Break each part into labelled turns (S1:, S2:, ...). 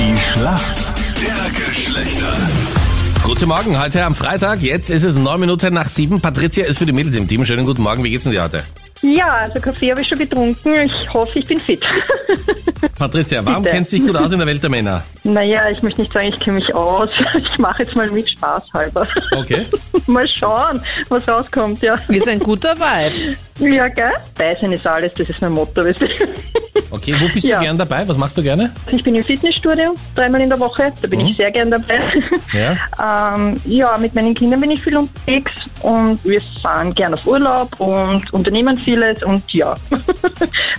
S1: Schlacht der Geschlechter.
S2: Guten Morgen, heute am Freitag. Jetzt ist es neun Minuten nach sieben. Patricia ist für die Mädels im Team. Schönen guten Morgen. Wie geht's denn dir heute?
S3: Ja, also Kaffee habe ich schon getrunken. Ich hoffe, ich bin fit.
S2: Patricia, warum
S3: Bitte.
S2: kennt sich gut aus in der Welt der Männer?
S3: naja, ich möchte nicht sagen, ich kenne mich aus. Ich mache jetzt mal mit Spaß halber.
S2: Okay.
S3: mal schauen, was rauskommt, ja.
S4: Wir sind gut dabei.
S3: Ja, gell? Dabei sein ist alles, das ist mein Motto. Weißt du?
S2: Okay, wo bist
S3: Ja.
S2: du gern dabei? Was machst du gerne?
S3: Ich bin im Fitnessstudio, dreimal in der Woche. Da bin ich sehr gern dabei.
S2: Ja.
S3: Ähm, ja, mit meinen Kindern bin ich viel unterwegs und wir fahren gern auf Urlaub und unternehmen vieles und ja,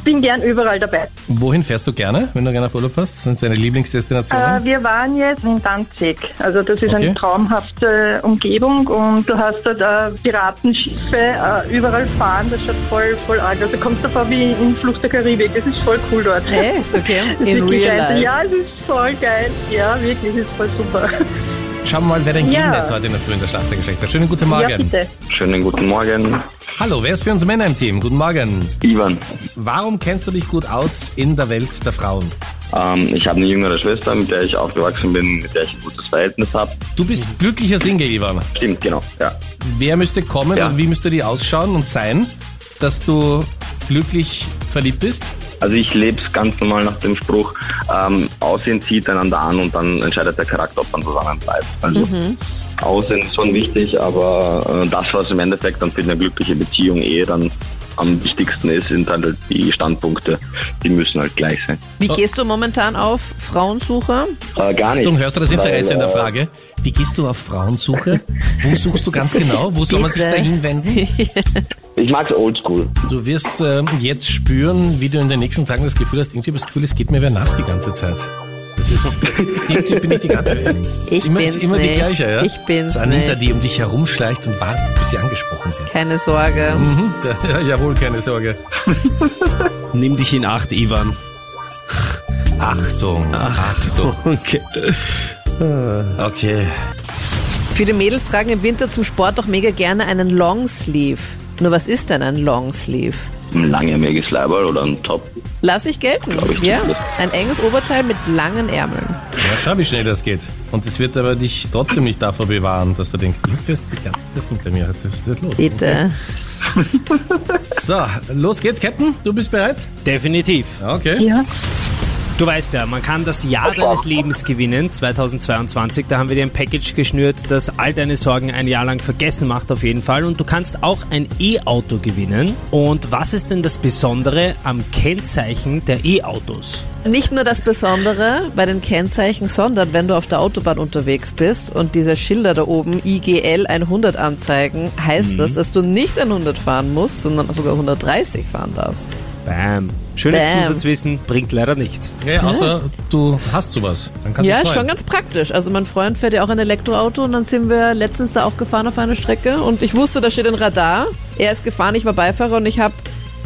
S3: bin gern überall dabei.
S2: Wohin fährst du gerne, wenn du gerne auf Urlaub fährst? Sind deine Lieblingsdestinationen?
S3: Äh, wir waren jetzt in Danzig. Also das ist
S2: Okay.
S3: eine traumhafte äh, Umgebung und du hast dort äh, Piratenschiffe äh, überall fahren. Das schaut voll, voll arg. aus. Du kommst da vor wie in Flucht der Karibik. Das ist voll cool dort.
S4: Echt? Okay.
S3: Das ist
S4: In
S3: wirklich
S4: real
S3: ein-
S4: life.
S3: Ja, es ist voll geil. Ja, wirklich, es ist voll super.
S2: Schauen wir mal, wer dein
S3: Ja.
S2: Kind ist heute in der frühen der Schlacht der Geschlechter. Schönen guten Morgen.
S3: Ja, bitte.
S5: Schönen guten Morgen.
S2: Hallo, wer ist für uns Männer im Team? Guten Morgen.
S5: Ivan,
S2: Warum kennst du dich gut aus in der Welt der Frauen?
S5: ähm, ich habe eine jüngere Schwester, mit der ich aufgewachsen bin, mit der ich ein gutes Verhältnis habe.
S2: Du bist
S3: Mhm.
S2: glücklicher Single, Ivan.
S5: Stimmt, genau. Ja.
S2: Wer müsste kommen
S5: Ja.
S2: und wie müsste die ausschauen und sein, dass du glücklich verliebt bist?
S5: Also ich lebe es ganz normal nach dem Spruch, ähm, Aussehen zieht einander an und dann entscheidet der Charakter, ob man zusammen bleibt. Also Aussehen ist schon wichtig, aber äh, das, was im Endeffekt dann für eine glückliche Beziehung eh dann am wichtigsten ist, sind halt die Standpunkte. Die müssen halt gleich sein.
S4: Wie gehst du momentan auf Frauensuche?
S5: Äh, gar nicht.
S2: Achtung, hörst du das Interesse
S5: Weil,
S2: in der
S5: äh,
S2: Frage? Wie gehst du auf Frauensuche? Wo suchst du ganz genau? Wo soll man sich da
S4: Bitte.
S2: hinwenden?
S5: Ich mag's oldschool.
S2: Du wirst ähm, jetzt spüren, wie du in den nächsten Tagen das Gefühl hast, irgendwie habe ich das Gefühl, es geht mir wer nach die ganze Zeit. Das ist, irgendwie bin ich die ganze
S4: Ich
S2: immer,
S4: bin's
S2: ist immer
S4: nicht.
S2: die gleiche, ja?
S4: Ich bin's
S2: Das ist Anita,
S4: nicht.
S2: die um dich herumschleicht und wartet, bis sie angesprochen wird.
S4: Keine Sorge.
S2: Mhm, da, ja, jawohl, keine Sorge.
S6: Nimm dich in Acht, Ivan.
S2: Achtung, Achtung.
S6: Okay.
S2: Okay.
S4: Viele Mädels tragen im Winter zum Sport doch mega gerne einen Longsleeve. Nur was ist denn ein Longsleeve?
S5: Ein langärmiges Leiberl oder ein Top.
S4: Lass ich gelten.
S5: Glaub ich
S4: ja,
S5: nicht.
S4: ein enges Oberteil mit langen Ärmeln.
S2: Ja, schau, wie schnell das geht. Und es wird aber dich trotzdem nicht davor bewahren, dass du denkst, du wirst die ganze Zeit hinter mir. Das ist nicht los.
S4: Bitte.
S2: So, los geht's, Captain. Du bist bereit?
S6: Definitiv.
S2: Okay.
S3: Ja.
S6: Du weißt ja, man kann das Jahr deines Lebens gewinnen, 2022. Da haben wir dir ein Package geschnürt, das all deine Sorgen ein Jahr lang vergessen macht auf jeden Fall. Und du kannst auch ein E-Auto gewinnen. Und was ist denn das Besondere am Kennzeichen der E-Autos?
S4: Nicht nur das Besondere bei den Kennzeichen, sondern wenn du auf der Autobahn unterwegs bist und diese Schilder da oben IGL 100 anzeigen, heißt das, dass du nicht 100 fahren musst, sondern sogar 130 fahren darfst.
S6: Bam. Schönes
S4: Bam.
S6: Zusatzwissen bringt leider nichts.
S2: Ja, außer du hast sowas. Dann kannst
S4: ja,
S2: du
S4: schon ganz praktisch. Also mein Freund fährt ja auch ein Elektroauto und dann sind wir letztens da auch gefahren auf eine Strecke und ich wusste, da steht ein Radar. Er ist gefahren, ich war Beifahrer und ich habe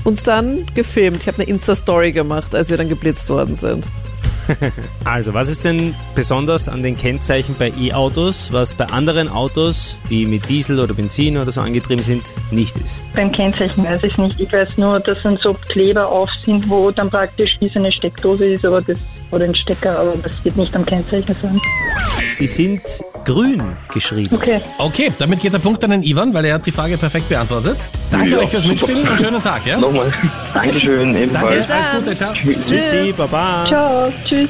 S4: uns dann gefilmt. Ich habe eine Insta-Story gemacht, als wir dann geblitzt worden sind.
S6: Also, was ist denn besonders an den Kennzeichen bei E-Autos, was bei anderen Autos, die mit Diesel oder Benzin oder so angetrieben sind, nicht ist?
S3: Beim Kennzeichen weiß ich nicht. Ich weiß nur, dass dann so Kleber auf sind, wo dann praktisch wie so eine Steckdose ist aber das, oder ein Stecker, aber das wird nicht am Kennzeichen sein.
S6: Sie sind grün geschrieben.
S3: Okay.
S2: Okay, damit geht der Punkt an den Ivan, weil er hat die Frage perfekt beantwortet. Danke
S5: Ja,
S2: euch fürs
S5: super.
S2: Mitspielen und schönen Tag, ja?
S5: Nochmal. Dankeschön, ebenfalls.
S2: Alles Gute, ciao.
S6: Tschüssi, Baba.
S3: Ciao. Tschüss.